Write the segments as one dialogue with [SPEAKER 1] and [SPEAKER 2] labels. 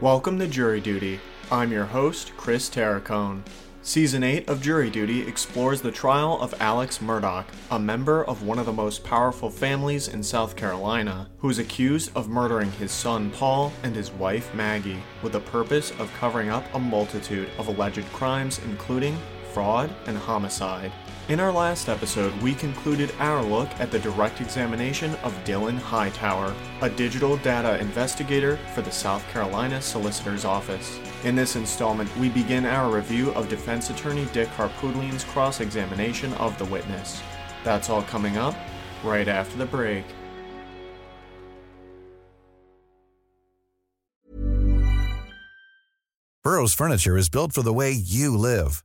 [SPEAKER 1] Welcome to Jury Duty. I'm your host, Chris Terracone. Season 8 of Jury Duty explores the trial of Alex Murdoch, a member of one of the most powerful families in South Carolina, who is accused of murdering his son Paul and his wife Maggie with the purpose of covering up a multitude of alleged crimes, including fraud and homicide. In our last episode, we concluded our look at the direct examination of Dylan Hightower, a digital data investigator for the South Carolina Solicitor's Office. In this installment, we begin our review of defense attorney Dick Harpoodlian's cross examination of the witness. That's all coming up right after the break.
[SPEAKER 2] Burrow's furniture is built for the way you live.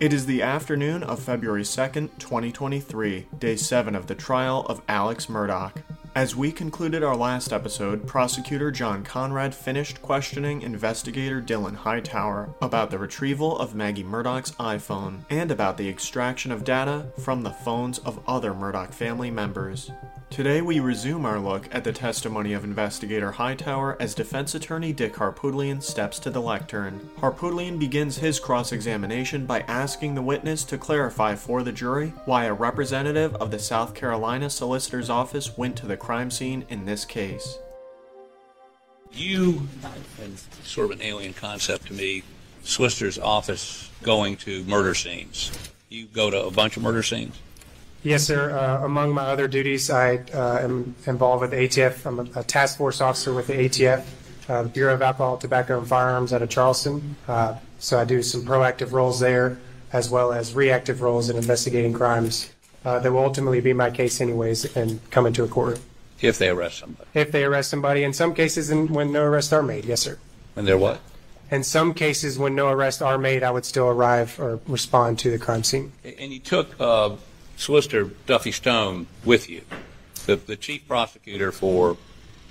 [SPEAKER 1] It is the afternoon of February 2nd, 2023, day 7 of the trial of Alex Murdoch. As we concluded our last episode, prosecutor John Conrad finished questioning investigator Dylan Hightower about the retrieval of Maggie Murdoch's iPhone and about the extraction of data from the phones of other Murdoch family members. Today, we resume our look at the testimony of investigator Hightower as defense attorney Dick Harpoodlian steps to the lectern. Harpoodlian begins his cross examination by asking the witness to clarify for the jury why a representative of the South Carolina Solicitor's Office went to the crime scene in this case.
[SPEAKER 3] You, and sort of an alien concept to me, solicitor's office going to murder scenes. You go to a bunch of murder scenes?
[SPEAKER 4] Yes, sir. Uh, among my other duties, I uh, am involved with the ATF. I'm a, a task force officer with the ATF, uh, the Bureau of Alcohol, Tobacco, and Firearms out of Charleston. Uh, so I do some proactive roles there, as well as reactive roles in investigating crimes uh, that will ultimately be my case, anyways, and come into a courtroom
[SPEAKER 3] If they arrest somebody.
[SPEAKER 4] if they arrest somebody. In some cases, and when no arrests are made, yes, sir.
[SPEAKER 3] And they're what?
[SPEAKER 4] In some cases, when no arrests are made, I would still arrive or respond to the crime scene.
[SPEAKER 3] And you took uh, Solicitor Duffy Stone with you, the, the chief prosecutor for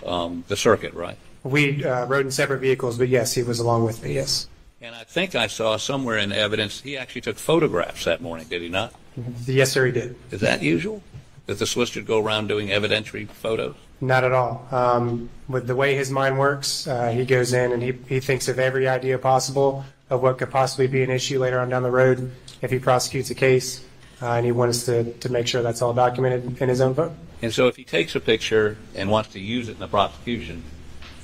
[SPEAKER 3] um, the circuit, right?
[SPEAKER 4] We uh, rode in separate vehicles, but yes, he was along with me. Yes.
[SPEAKER 3] And I think I saw somewhere in evidence he actually took photographs that morning, did he not?
[SPEAKER 4] Yes, sir, he did.
[SPEAKER 3] Is that usual? That the solicitor go around doing evidentiary photos?
[SPEAKER 4] Not at all. Um, with the way his mind works, uh, he goes in and he, he thinks of every idea possible of what could possibly be an issue later on down the road if he prosecutes a case, uh, and he wants to, to make sure that's all documented in his own book.
[SPEAKER 3] And so if he takes a picture and wants to use it in the prosecution,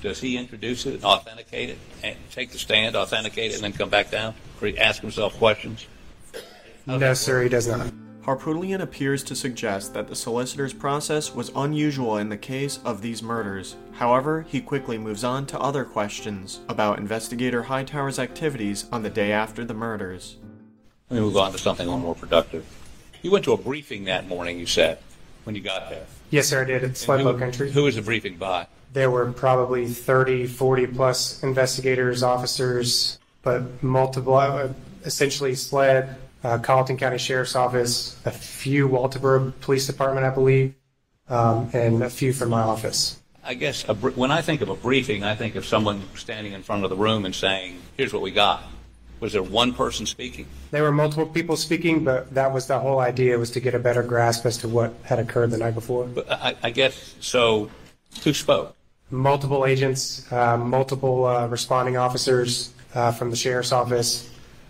[SPEAKER 3] does he introduce it, authenticate it, and take the stand, authenticate it, and then come back down, cre- ask himself questions?
[SPEAKER 4] No, sir, he does not.
[SPEAKER 1] Harpoodlian appears to suggest that the solicitor's process was unusual in the case of these murders. However, he quickly moves on to other questions about investigator Hightower's activities on the day after the murders.
[SPEAKER 3] Let me move on to something a little more productive. You went to a briefing that morning, you said, when you got there.
[SPEAKER 4] Yes, sir, I did. It's Ludlow Country.
[SPEAKER 3] Who was the briefing by?
[SPEAKER 4] There were probably 30, 40 plus investigators, officers, but multiple, uh, essentially SLED, uh, Colleton County Sheriff's Office, a few Walterboro Police Department, I believe, um, and a few from my office.
[SPEAKER 3] I guess a, br- when I think of a briefing, I think of someone standing in front of the room and saying, here's what we got. Was there one person speaking?
[SPEAKER 4] There were multiple people speaking, but that was the whole idea was to get a better grasp as to what had occurred the night before.
[SPEAKER 3] But I, I guess, so who spoke?
[SPEAKER 4] multiple agents, uh, multiple uh, responding officers uh, from the sheriff's office.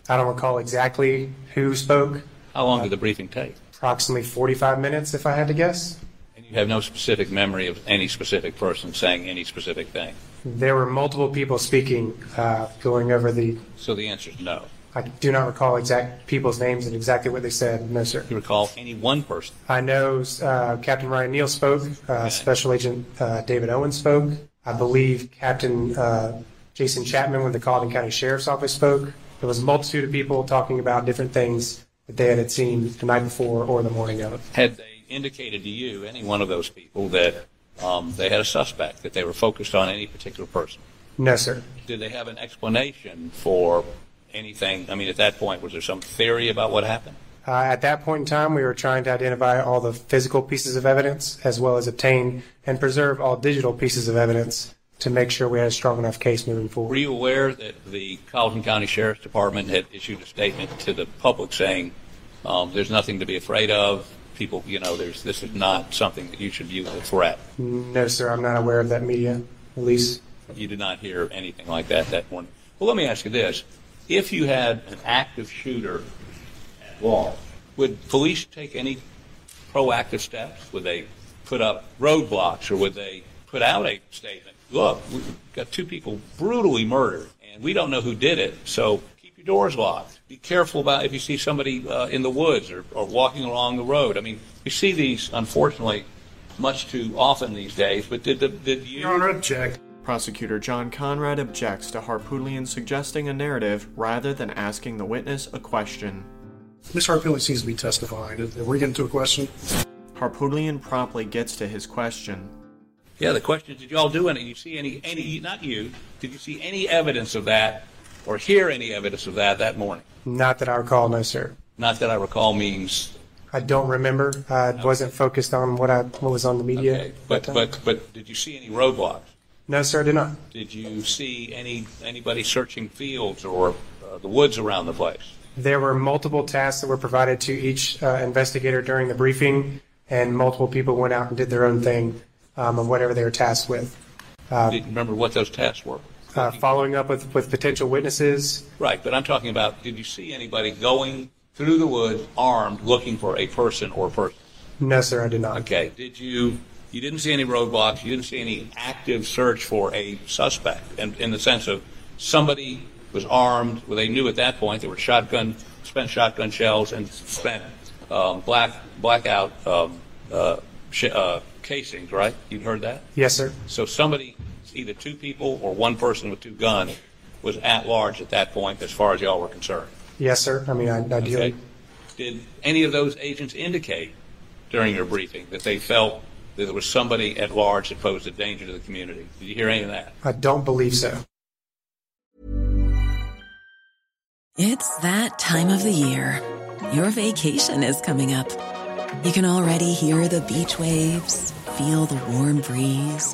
[SPEAKER 4] I don't recall exactly who spoke.
[SPEAKER 3] How long did the briefing take?
[SPEAKER 4] Approximately 45 minutes, if I had to guess.
[SPEAKER 3] And you have no specific memory of any specific person saying any specific thing.
[SPEAKER 4] There were multiple people speaking, uh, going over the.
[SPEAKER 3] So the answer is no.
[SPEAKER 4] I do not recall exact people's names and exactly what they said. No, sir.
[SPEAKER 3] You recall any one person.
[SPEAKER 4] I know uh, Captain Ryan Neal spoke. Uh, Special Agent uh, David Owens spoke. I believe Captain uh, Jason Chapman with the Colleton County Sheriff's Office spoke. There was a multitude of people talking about different things that they had seen the night before or the morning of.
[SPEAKER 3] Had they indicated to you, any one of those people, that um, they had a suspect that they were focused on any particular person.
[SPEAKER 4] No, sir.
[SPEAKER 3] Did they have an explanation for anything? I mean, at that point, was there some theory about what happened?
[SPEAKER 4] Uh, at that point in time, we were trying to identify all the physical pieces of evidence as well as obtain and preserve all digital pieces of evidence to make sure we had a strong enough case moving
[SPEAKER 3] Were
[SPEAKER 4] forward.
[SPEAKER 3] you aware that the Colleton County Sheriff's Department had issued a statement to the public saying, um, "There's nothing to be afraid of. People, you know, there's this is not something that you should view as a threat."
[SPEAKER 4] No, sir. I'm not aware of that media release.
[SPEAKER 3] You did not hear anything like that that morning. Well, let me ask you this: If you had an active shooter at large, would police take any proactive steps? Would they put up roadblocks, or would they put out a statement? Look, we've got two people brutally murdered, and we don't know who did it. So keep your doors locked. Be careful about if you see somebody uh, in the woods or, or walking along the road. I mean, we see these unfortunately much too often these days. But did the did you?
[SPEAKER 5] Your Honor, object.
[SPEAKER 1] Prosecutor John Conrad objects to Harpoodlian suggesting a narrative rather than asking the witness a question.
[SPEAKER 5] Ms. Harpillion seems to be testifying. Are we getting to a question?
[SPEAKER 1] Harpoodlian promptly gets to his question.
[SPEAKER 3] Yeah, the question is, did you all do any? You see any? Any? Not you. Did you see any evidence of that, or hear any evidence of that that morning?
[SPEAKER 4] Not that I recall, no, sir.
[SPEAKER 3] Not that I recall means.
[SPEAKER 4] I don't remember. I wasn't focused on what I what was on the media.
[SPEAKER 3] Okay, but
[SPEAKER 4] at that time.
[SPEAKER 3] but but did you see any roadblocks?
[SPEAKER 4] no, sir, I did not.
[SPEAKER 3] Did you see any anybody searching fields or uh, the woods around the place?
[SPEAKER 4] There were multiple tasks that were provided to each uh, investigator during the briefing, and multiple people went out and did their own thing um, of whatever they were tasked with.
[SPEAKER 3] did you remember what those tasks were?
[SPEAKER 4] Uh, following up with, with potential witnesses,
[SPEAKER 3] Right, but I'm talking about did you see anybody going through the woods armed looking for a person or persons?
[SPEAKER 4] no, sir, I did not.
[SPEAKER 3] Okay. Did you, you didn't see any roadblocks, you didn't see any active search for a suspect in, in the sense of somebody was armed, well, they knew at that point there were shotgun, spent shotgun shells and spent um, black, blackout um, uh, sh- uh, casings, right? You'd heard that?
[SPEAKER 4] Yes, sir.
[SPEAKER 3] So somebody, either two people or one person with two guns, was at large at that point as far as y'all were concerned.
[SPEAKER 4] Yes, sir. I mean, I, ideally.
[SPEAKER 3] Okay. Did any of those agents indicate during your briefing that they felt that there was somebody at large that posed a danger to the community? Did you hear any of that?
[SPEAKER 4] I don't believe so.
[SPEAKER 6] It's that time of the year. Your vacation is coming up. You can already hear the beach waves, feel the warm breeze,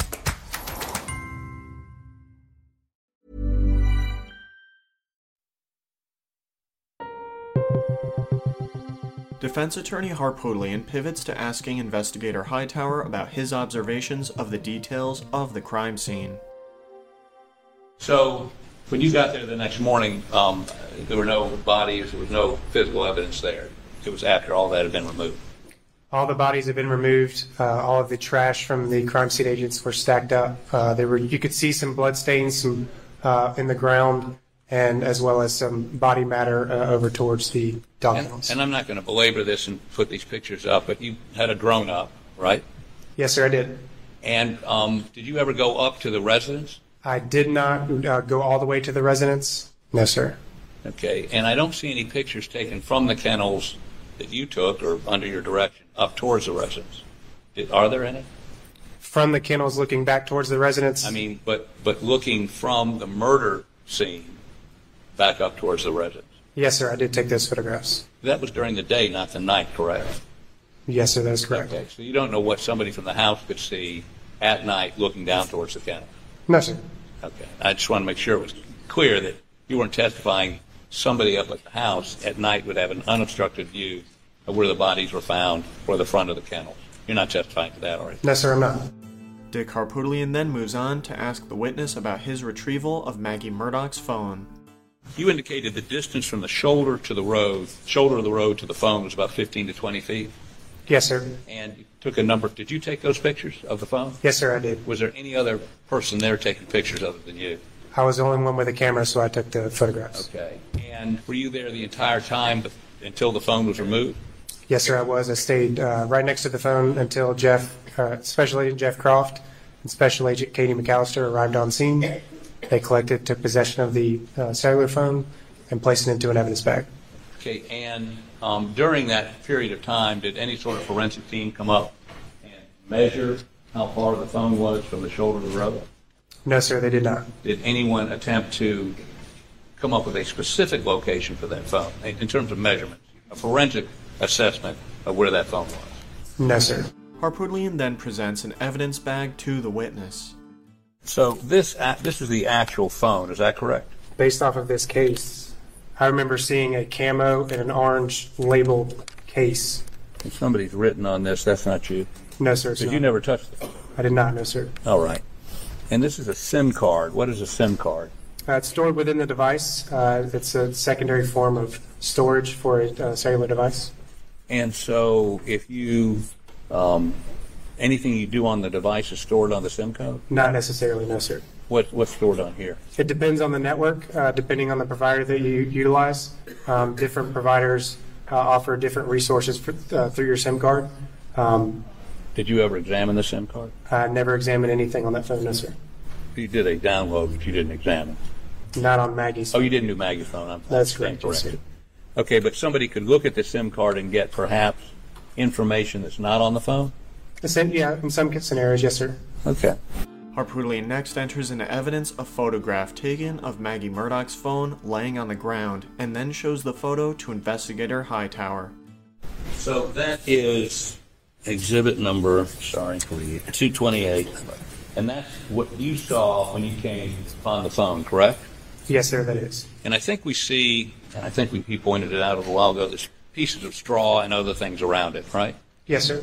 [SPEAKER 1] Defense attorney Harpoodlian pivots to asking investigator Hightower about his observations of the details of the crime scene.
[SPEAKER 3] So when you got there the next morning, um, there were no bodies, there was no physical evidence there. It was after all that had been removed.
[SPEAKER 4] All the bodies have been removed. Uh, all of the trash from the crime scene agents were stacked up. Uh, there were you could see some blood stains some, uh, in the ground, and as well as some body matter uh, over towards the dog
[SPEAKER 3] And,
[SPEAKER 4] kennels.
[SPEAKER 3] and I'm not going to belabor this and put these pictures up, but you had a drone up, right?
[SPEAKER 4] yes, sir, I did.
[SPEAKER 3] And um, did you ever go up to the residence?
[SPEAKER 4] I did not uh, go all the way to the residence. No, sir.
[SPEAKER 3] Okay, and I don't see any pictures taken from the kennels that you took or under your direction up towards the residence. Did, are there any?
[SPEAKER 4] From the kennels, looking back towards the residence.
[SPEAKER 3] I mean, but but looking from the murder scene back up towards the residence.
[SPEAKER 4] yes, sir, I did take those photographs.
[SPEAKER 3] That was during the day, not the night, correct?
[SPEAKER 4] Yes, sir, that is correct.
[SPEAKER 3] Okay, so you don't know what somebody from the house could see at night looking down towards the kennel.
[SPEAKER 4] No, sir.
[SPEAKER 3] Okay, I just want to make sure it was clear that you weren't testifying somebody up at the house at night would have an unobstructed view of where the bodies were found or the front of the kennels. You're not testifying to that, are you?
[SPEAKER 4] No, sir, I'm not.
[SPEAKER 1] Dick Harpoodlian then moves on to ask the witness about his retrieval of Maggie Murdoch's phone.
[SPEAKER 3] You indicated the distance from the shoulder to the road, shoulder of the road to the phone was about 15 to 20 feet,
[SPEAKER 4] Yes, sir.
[SPEAKER 3] and you took a number. Did you take those pictures of the phone?
[SPEAKER 4] Yes, sir, I did.
[SPEAKER 3] Was there any other person there taking pictures other than you?
[SPEAKER 4] I was the only one with a camera, so I took the photographs.
[SPEAKER 3] Okay. And were you there the entire time the, until the phone was removed?
[SPEAKER 4] Yes, sir, I was. I stayed uh, right next to the phone until Jeff, uh, Special Agent Jeff Croft and Special Agent Katie McAllister arrived on scene. They collected, took possession of the uh, cellular phone, and placed it into an evidence bag.
[SPEAKER 3] Okay, and um, during that period of time, did any sort of forensic team come up and measure how far the phone was from the shoulder of the road?
[SPEAKER 4] No, sir, they did not.
[SPEAKER 3] Did anyone attempt to come up with a specific location for that phone in in terms of measurements, a forensic assessment of where that phone was?
[SPEAKER 4] No, sir.
[SPEAKER 1] Harpoodlian then presents an evidence bag to the witness.
[SPEAKER 3] So this a- this is the actual phone, is that correct?
[SPEAKER 4] Based off of this case, I remember seeing a camo and an orange labeled case.
[SPEAKER 3] If somebody's written on this, that's not you.
[SPEAKER 4] No, sir. it's
[SPEAKER 3] Because you
[SPEAKER 4] not.
[SPEAKER 3] never touched the phone.
[SPEAKER 4] I did not, no, sir.
[SPEAKER 3] All right. And this is a SIM card. What is a SIM card?
[SPEAKER 4] Uh, it's stored within the device. Uh, it's a secondary form of storage for a uh, cellular device.
[SPEAKER 3] And so if you, um, anything you do on the device is stored on the SIM code?
[SPEAKER 4] Not necessarily, no, sir.
[SPEAKER 3] What, what's stored on here?
[SPEAKER 4] It depends on the network, uh, depending on the provider that you utilize. Um, different providers uh, offer different resources for, uh, through your SIM card. Um,
[SPEAKER 3] Did you ever examine the SIM card?
[SPEAKER 4] I never examined anything on that phone, no, sir.
[SPEAKER 3] You did a download, but you didn't examine.
[SPEAKER 4] Not on Maggie's.
[SPEAKER 3] Oh, you didn't do Magnifone. I'm
[SPEAKER 4] That's
[SPEAKER 3] I'm
[SPEAKER 4] correct, yes,
[SPEAKER 3] corrected.
[SPEAKER 4] sir.
[SPEAKER 3] Okay, but somebody could look at the SIM card and get perhaps information that's not on the phone?
[SPEAKER 4] It's in- yeah, in some scenarios, yes, sir.
[SPEAKER 3] Okay.
[SPEAKER 1] Harpoodlian next enters into evidence a photograph taken of Maggie Murdoch's phone laying on the ground and then shows the photo to investigator Hightower.
[SPEAKER 3] So that is exhibit number, sorry, 228. And that's what you saw when you came upon the phone, correct?
[SPEAKER 4] Yes, sir, that is.
[SPEAKER 3] And I think we see, and I think we, he pointed it out a little while ago, there's pieces of straw and other things around it, right?
[SPEAKER 4] Yes, sir.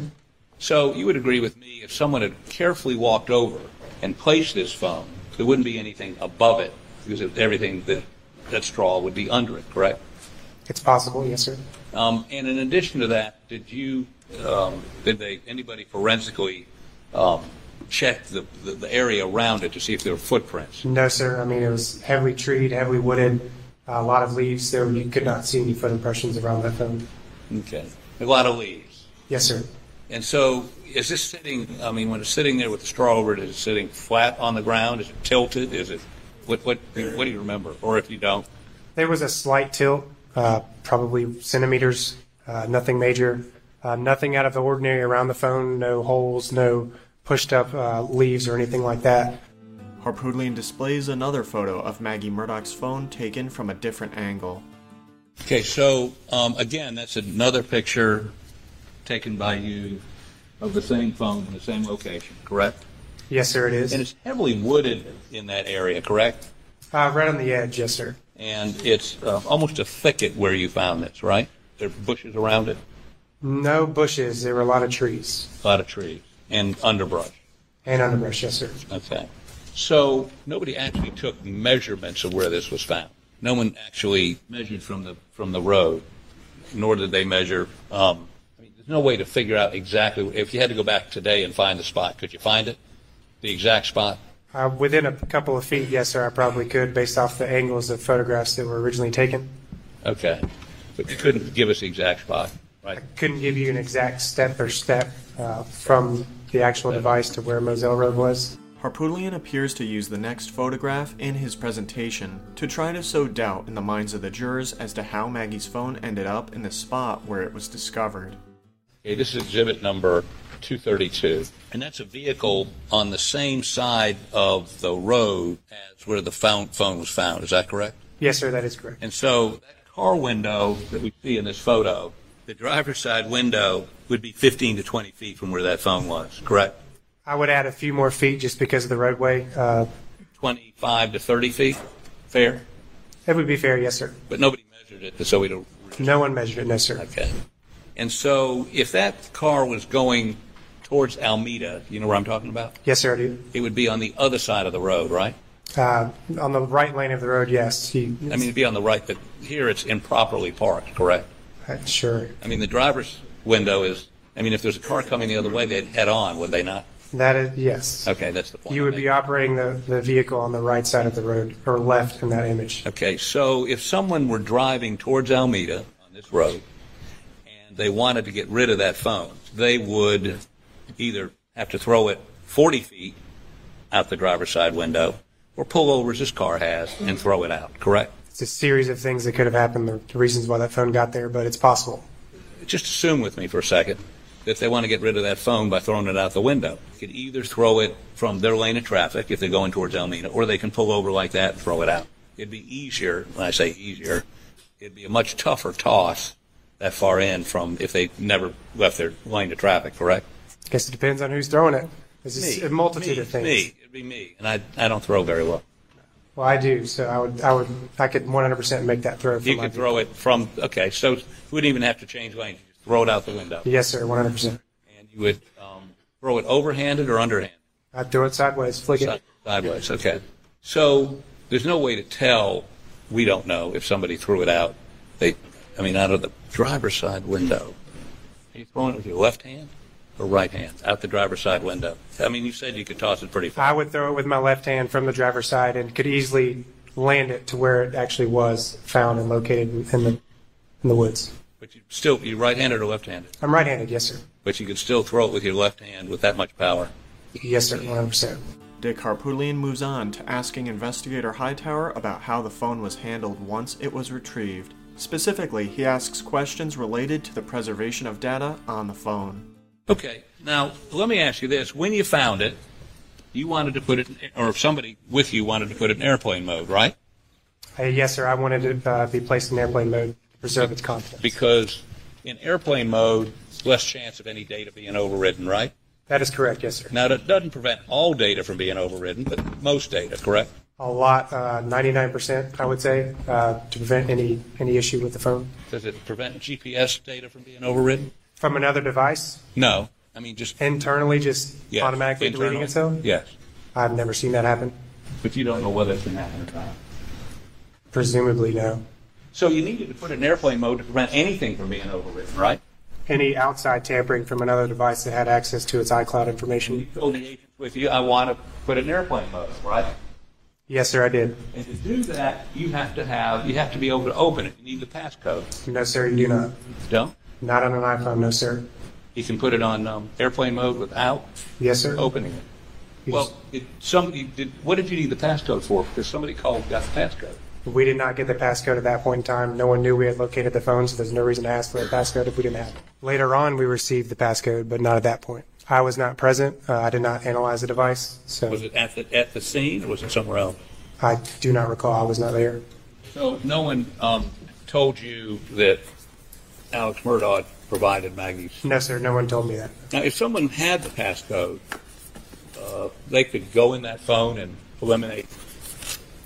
[SPEAKER 3] So you would agree with me if someone had carefully walked over and placed this phone, there wouldn't be anything above it because it, everything that that straw would be under it, correct?
[SPEAKER 4] It's possible, yes, sir.
[SPEAKER 3] Um, and in addition to that, did you, um, did they, anybody forensically um, check the, the, the area around it to see if there were footprints?
[SPEAKER 4] No, sir. I mean, it was heavily treed, heavily wooded, a lot of leaves, so you could not see any foot impressions around that phone.
[SPEAKER 3] Okay. A lot of leaves.
[SPEAKER 4] Yes, sir.
[SPEAKER 3] And so is this sitting, I mean, when it's sitting there with the straw over it, is it sitting flat on the ground? Is it tilted? Is it, what, what, what do you remember? Or if you don't,
[SPEAKER 4] There was a slight tilt, uh, probably centimeters, uh, nothing major, uh, nothing out of the ordinary around the phone, no holes, no pushed up uh, leaves or anything like that.
[SPEAKER 1] Harpoodlian displays another photo of Maggie Murdoch's phone taken from a different angle.
[SPEAKER 3] Okay, so um, again, that's another picture taken by you of the same phone in the same location, correct?
[SPEAKER 4] Yes, sir, it
[SPEAKER 3] And
[SPEAKER 4] is.
[SPEAKER 3] it's heavily wooded in that area, correct?
[SPEAKER 4] Uh, right on the edge, yes, sir.
[SPEAKER 3] And it's uh, almost a thicket where you found this, right? There are bushes around it,
[SPEAKER 4] No bushes. There were a lot of trees
[SPEAKER 3] a lot of trees, and underbrush.
[SPEAKER 4] and underbrush, yes, sir.
[SPEAKER 3] Okay. So nobody actually took measurements of where this was found. No one actually measured from the from the road, nor did they measure. Um, I mean, there's no way to figure out exactly if you had to go back today and find the spot. Could you find it, the exact spot?
[SPEAKER 4] Uh, within a couple of feet, yes, sir, I probably could based off the angles of photographs that were originally taken.
[SPEAKER 3] Okay, but you couldn't give us the exact spot, right?
[SPEAKER 4] Couldn't give you an exact step or step uh, from the actual device to where Moselle Road was.
[SPEAKER 1] Harpoodlian appears to use the next photograph in his presentation to try to sow doubt in the minds of the jurors as to how Maggie's phone ended up in the spot where it was discovered.
[SPEAKER 3] Okay, this is exhibit number 232. And that's a vehicle on the same side of the road as where the phone, phone was found. Is that correct?
[SPEAKER 4] Yes, sir, that is correct.
[SPEAKER 3] And so that car window that we see in this photo, the driver's side window would be 15 to 20 feet from where that phone was, correct?
[SPEAKER 4] I would add a few more feet just because of the roadway. Uh,
[SPEAKER 3] 25 to 30 feet, fair?
[SPEAKER 4] it would be fair, yes, sir.
[SPEAKER 3] But nobody measured it, so we don't.
[SPEAKER 4] No one measured it, no, sir.
[SPEAKER 3] Okay. And so if that car was going towards Alameda, you know where I'm talking about?
[SPEAKER 4] Yes, sir, I do.
[SPEAKER 3] It would be on the other side of the road, right?
[SPEAKER 4] Uh, on the right lane of the road, yes. He,
[SPEAKER 3] I mean, it'd be on the right, but here it's improperly parked, correct?
[SPEAKER 4] uh, sure.
[SPEAKER 3] I mean, the driver's window is, I mean, if there's a car coming the other way, they'd head on, would they not?
[SPEAKER 4] That is, yes.
[SPEAKER 3] Okay, that's the point.
[SPEAKER 4] You
[SPEAKER 3] I'm
[SPEAKER 4] would be
[SPEAKER 3] making.
[SPEAKER 4] operating the, the vehicle on the right side of the road, or left in that image.
[SPEAKER 3] Okay, so if someone were driving towards Alameda on this road and they wanted to get rid of that phone, they would either have to throw it 40 feet out the driver's side window or pull over as this car has and throw it out, correct?
[SPEAKER 4] It's a series of things that could have happened, the reasons why that phone got there, but it's possible.
[SPEAKER 3] Just assume with me for a second that they want to get rid of that phone by throwing it out the window. They could either throw it from their lane of traffic if they're going towards Elmina, or they can pull over like that and throw it out. It'd be easier, when I say easier, it'd be a much tougher toss that far in from if they never left their lane of traffic, correct?
[SPEAKER 4] I guess it depends on who's throwing it. There's a multitude
[SPEAKER 3] me,
[SPEAKER 4] of things.
[SPEAKER 3] Me, it'd be me, and I, I don't throw very well.
[SPEAKER 4] Well, I do, so I would, I would, I could 100% make that throw. For
[SPEAKER 3] You
[SPEAKER 4] my
[SPEAKER 3] could throw it from, okay, so we wouldn't even have to change lanes. You just throw it out the window.
[SPEAKER 4] Yes, sir, 100%.
[SPEAKER 3] And you would um, throw it overhanded or underhand?
[SPEAKER 4] I'd throw it sideways, flick it.
[SPEAKER 3] Side- Sideways, okay. So there's no way to tell, we don't know, if somebody threw it out. They, I mean, out of the driver's side window. Are you throwing it with your left hand or right hand? Out the driver's side window. I mean, you said you could toss it pretty far.
[SPEAKER 4] I would throw it with my left hand from the driver's side and could easily land it to where it actually was found and located in in the, in the woods.
[SPEAKER 3] But you still, you're right-handed or left-handed?
[SPEAKER 4] I'm right-handed, yes, sir.
[SPEAKER 3] But you could still throw it with your left hand with that much power.
[SPEAKER 4] Yes, sir, 100%.
[SPEAKER 1] Dick Harpoodlian moves on to asking investigator Hightower about how the phone was handled once it was retrieved. Specifically, he asks questions related to the preservation of data on the phone.
[SPEAKER 3] Okay, now let me ask you this: When you found it, you wanted to put it, in, or somebody with you wanted to put it in airplane mode, right?
[SPEAKER 4] Uh, yes, sir, I wanted to uh, be placed in airplane mode to preserve its confidence.
[SPEAKER 3] Because in airplane mode, less chance of any data being overridden, right?
[SPEAKER 4] That is correct, yes, sir.
[SPEAKER 3] Now that doesn't prevent all data from being overridden, but most data, correct?
[SPEAKER 4] A lot, uh, 99%, I would say, uh, to prevent any, any issue with the phone.
[SPEAKER 3] Does it prevent GPS data from being overridden?
[SPEAKER 4] From another device,
[SPEAKER 3] No. I mean, just
[SPEAKER 4] internally, just
[SPEAKER 3] yes,
[SPEAKER 4] automatically deleting
[SPEAKER 3] internally.
[SPEAKER 4] itself?
[SPEAKER 3] Yes,
[SPEAKER 4] I've never seen that happen.
[SPEAKER 3] but you don't know whether it's going to happen or not.
[SPEAKER 4] Presumably, no.
[SPEAKER 3] So you needed to put it in airplane mode to prevent anything from being overridden, right?
[SPEAKER 4] Any outside tampering from another device that had access to its iCloud information?
[SPEAKER 3] told the agents with you, I want to put it in airplane mode, right?
[SPEAKER 4] Yes, sir, I did.
[SPEAKER 3] And to do that, you have to have, you have to be able to open it. You need the passcode.
[SPEAKER 4] No, sir, you do not.
[SPEAKER 3] Don't?
[SPEAKER 4] Not on an iPhone, no, sir.
[SPEAKER 3] You can put it on um, airplane mode without
[SPEAKER 4] Yes, sir.
[SPEAKER 3] opening it.
[SPEAKER 4] You
[SPEAKER 3] Well, it, somebody did, what did you need the passcode for? Because somebody called, and got the passcode.
[SPEAKER 4] just- We did not get the passcode at that point in time. No one knew we had located the phone, so there's no reason to ask for a passcode if we didn't have it. Later on, we received the passcode, but not at that point. I was not present. Uh, I did not analyze the device, so
[SPEAKER 3] Was it at the, at the scene or was it somewhere else?
[SPEAKER 4] I do not recall. I was not there.
[SPEAKER 3] So no one um, told you that Alex Murdoch provided Maggie's
[SPEAKER 4] No, sir, no one told me that.
[SPEAKER 3] Now, if someone had the passcode, uh, they could go in that phone and eliminate,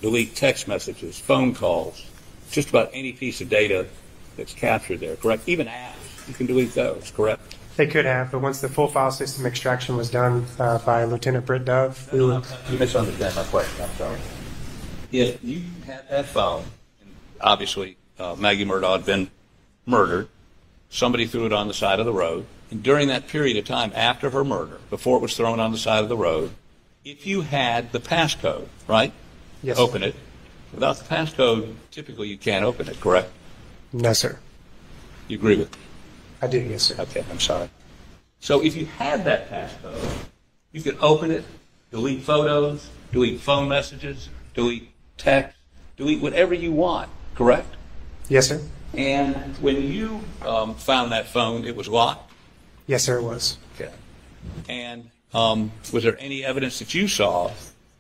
[SPEAKER 3] delete text messages, phone calls, just about any piece of data that's captured there, correct? Even apps, you can delete those, correct?
[SPEAKER 4] They could have, but once the full file system extraction was done uh, by Lieutenant Britt Dove, we were,
[SPEAKER 3] You misunderstand my question, I'm sorry. If you had that phone, and obviously uh, Maggie Murdaugh had been murdered, somebody threw it on the side of the road, and during that period of time after her murder, before it was thrown on the side of the road, if you had the passcode, right?
[SPEAKER 4] Yes.
[SPEAKER 3] Open it. Without the passcode, typically you can't open it, correct?
[SPEAKER 4] no, sir.
[SPEAKER 3] You agree with me?
[SPEAKER 4] I do, yes, sir.
[SPEAKER 3] Okay, I'm sorry. So if you had that passcode, you could open it, delete photos, delete phone messages, delete text, delete whatever you want, correct?
[SPEAKER 4] Yes, sir.
[SPEAKER 3] And when you um, found that phone, it was locked?
[SPEAKER 4] Yes, sir, it was.
[SPEAKER 3] Okay. And um, was there any evidence that you saw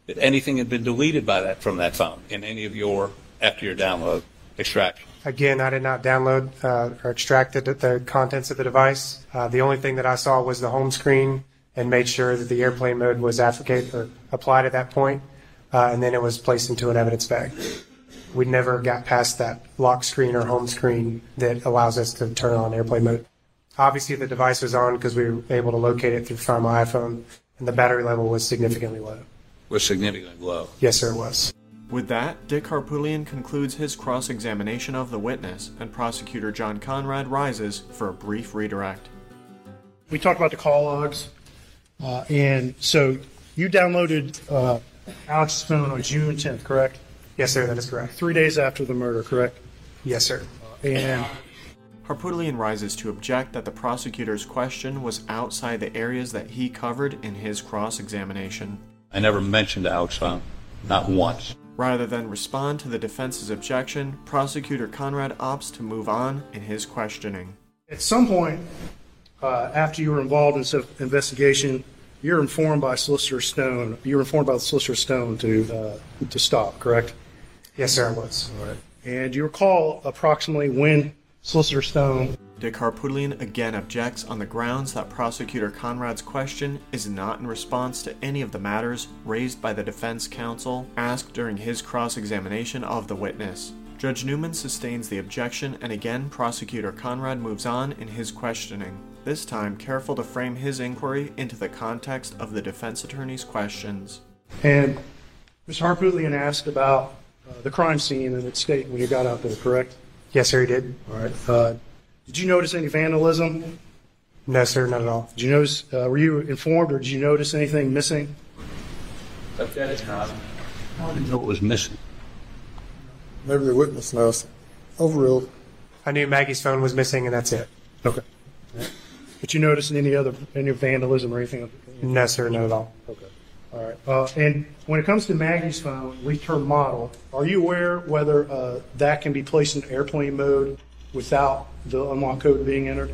[SPEAKER 3] that anything had been deleted by that from that phone in any of your after your download extraction?
[SPEAKER 4] Again, I did not download uh, or extract the, the contents of the device. Uh, the only thing that I saw was the home screen and made sure that the airplane mode was applica- or applied at that point, uh, and then it was placed into an evidence bag. We never got past that lock screen or home screen that allows us to turn on airplane mode. Obviously, the device was on because we were able to locate it through from my iPhone, and the battery level was significantly low.
[SPEAKER 3] Was significantly low.
[SPEAKER 4] Yes, sir, it was.
[SPEAKER 1] With that, Dick Harpoodlian concludes his cross examination of the witness, and prosecutor John Conrad rises for a brief redirect.
[SPEAKER 5] We talked about the call logs, uh, and so you downloaded uh, Alex's phone on June 10th, correct?
[SPEAKER 4] Yes, sir, that is correct.
[SPEAKER 5] Three days after the murder, correct?
[SPEAKER 4] Yes, sir.
[SPEAKER 5] And
[SPEAKER 1] Harpulian rises to object that the prosecutor's question was outside the areas that he covered in his cross examination.
[SPEAKER 3] I never mentioned Alex Fallon, not once.
[SPEAKER 1] Rather than respond to the defense's objection, prosecutor Conrad opts to move on in his questioning.
[SPEAKER 5] At some point, uh, after you were involved in some investigation, you're informed by Solicitor Stone. You were informed by Solicitor Stone to uh, to stop, correct?
[SPEAKER 4] Yes, sir, I was. All right.
[SPEAKER 5] And do you recall approximately when Solicitor Stone?
[SPEAKER 1] Dick Harpoodlian again objects on the grounds that prosecutor Conrad's question is not in response to any of the matters raised by the defense counsel asked during his cross examination of the witness. Judge Newman sustains the objection, and again, prosecutor Conrad moves on in his questioning, this time careful to frame his inquiry into the context of the defense attorney's questions.
[SPEAKER 5] And Ms. Harpootlian asked about uh, the crime scene and its state when you got out there, correct?
[SPEAKER 4] Yes, sir, he did.
[SPEAKER 5] All right. Uh, did you notice any vandalism?
[SPEAKER 4] No, sir, not at all.
[SPEAKER 5] Did you notice? Uh, were you informed, or did you notice anything missing?
[SPEAKER 3] But that is not. I didn't know what was missing.
[SPEAKER 7] Maybe the witness knows. Overruled.
[SPEAKER 4] I knew Maggie's phone was missing, and that's it.
[SPEAKER 5] Okay. But you noticed any other any vandalism or anything?
[SPEAKER 4] No, sir, not at all.
[SPEAKER 5] Okay. All right. Uh, and when it comes to Maggie's phone, we term model. Are you aware whether uh, that can be placed in airplane mode without the unlock code being entered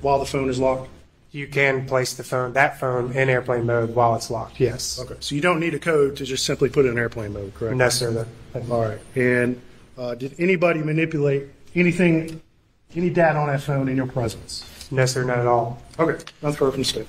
[SPEAKER 5] while the phone is locked?
[SPEAKER 4] You can place the phone, that phone, in airplane mode while it's locked. Yes.
[SPEAKER 5] Okay. So you don't need a code to just simply put it in airplane mode, correct?
[SPEAKER 4] No, sir. That,
[SPEAKER 5] that, All right. And uh, did anybody manipulate anything, any data on that phone in your presence?
[SPEAKER 4] No, sir, not at all.
[SPEAKER 5] Okay. That's far from state.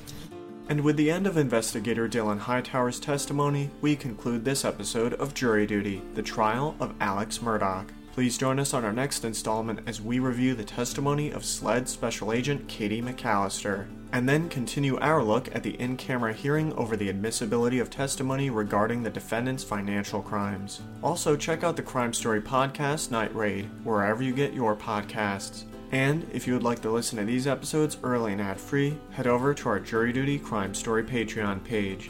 [SPEAKER 1] And with the end of investigator Dylan Hightower's testimony, we conclude this episode of Jury Duty The Trial of Alex Murdoch. Please join us on our next installment as we review the testimony of SLED Special Agent Katie McAllister, and then continue our look at the in camera hearing over the admissibility of testimony regarding the defendant's financial crimes. Also, check out the Crime Story podcast, Night Raid, wherever you get your podcasts. And if you would like to listen to these episodes early and ad free, head over to our Jury Duty Crime Story Patreon page.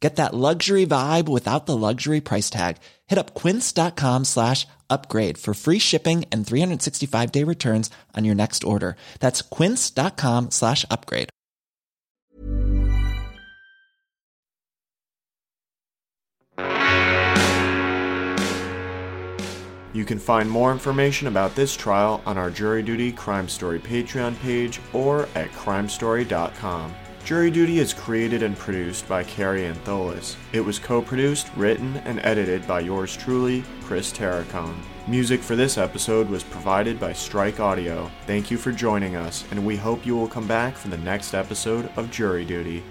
[SPEAKER 8] Get that luxury vibe without the luxury price tag. Hit up quince.com slash upgrade for free shipping and 365-day returns on your next order. That's quince.com slash upgrade.
[SPEAKER 1] You can find more information about this trial on our Jury Duty Crime Story Patreon page or at crimestory.com. Jury Duty is created and produced by Carrie Antholis. It was co produced, written, and edited by yours truly, Chris Terracone. Music for this episode was provided by Strike Audio. Thank you for joining us, and we hope you will come back for the next episode of Jury Duty.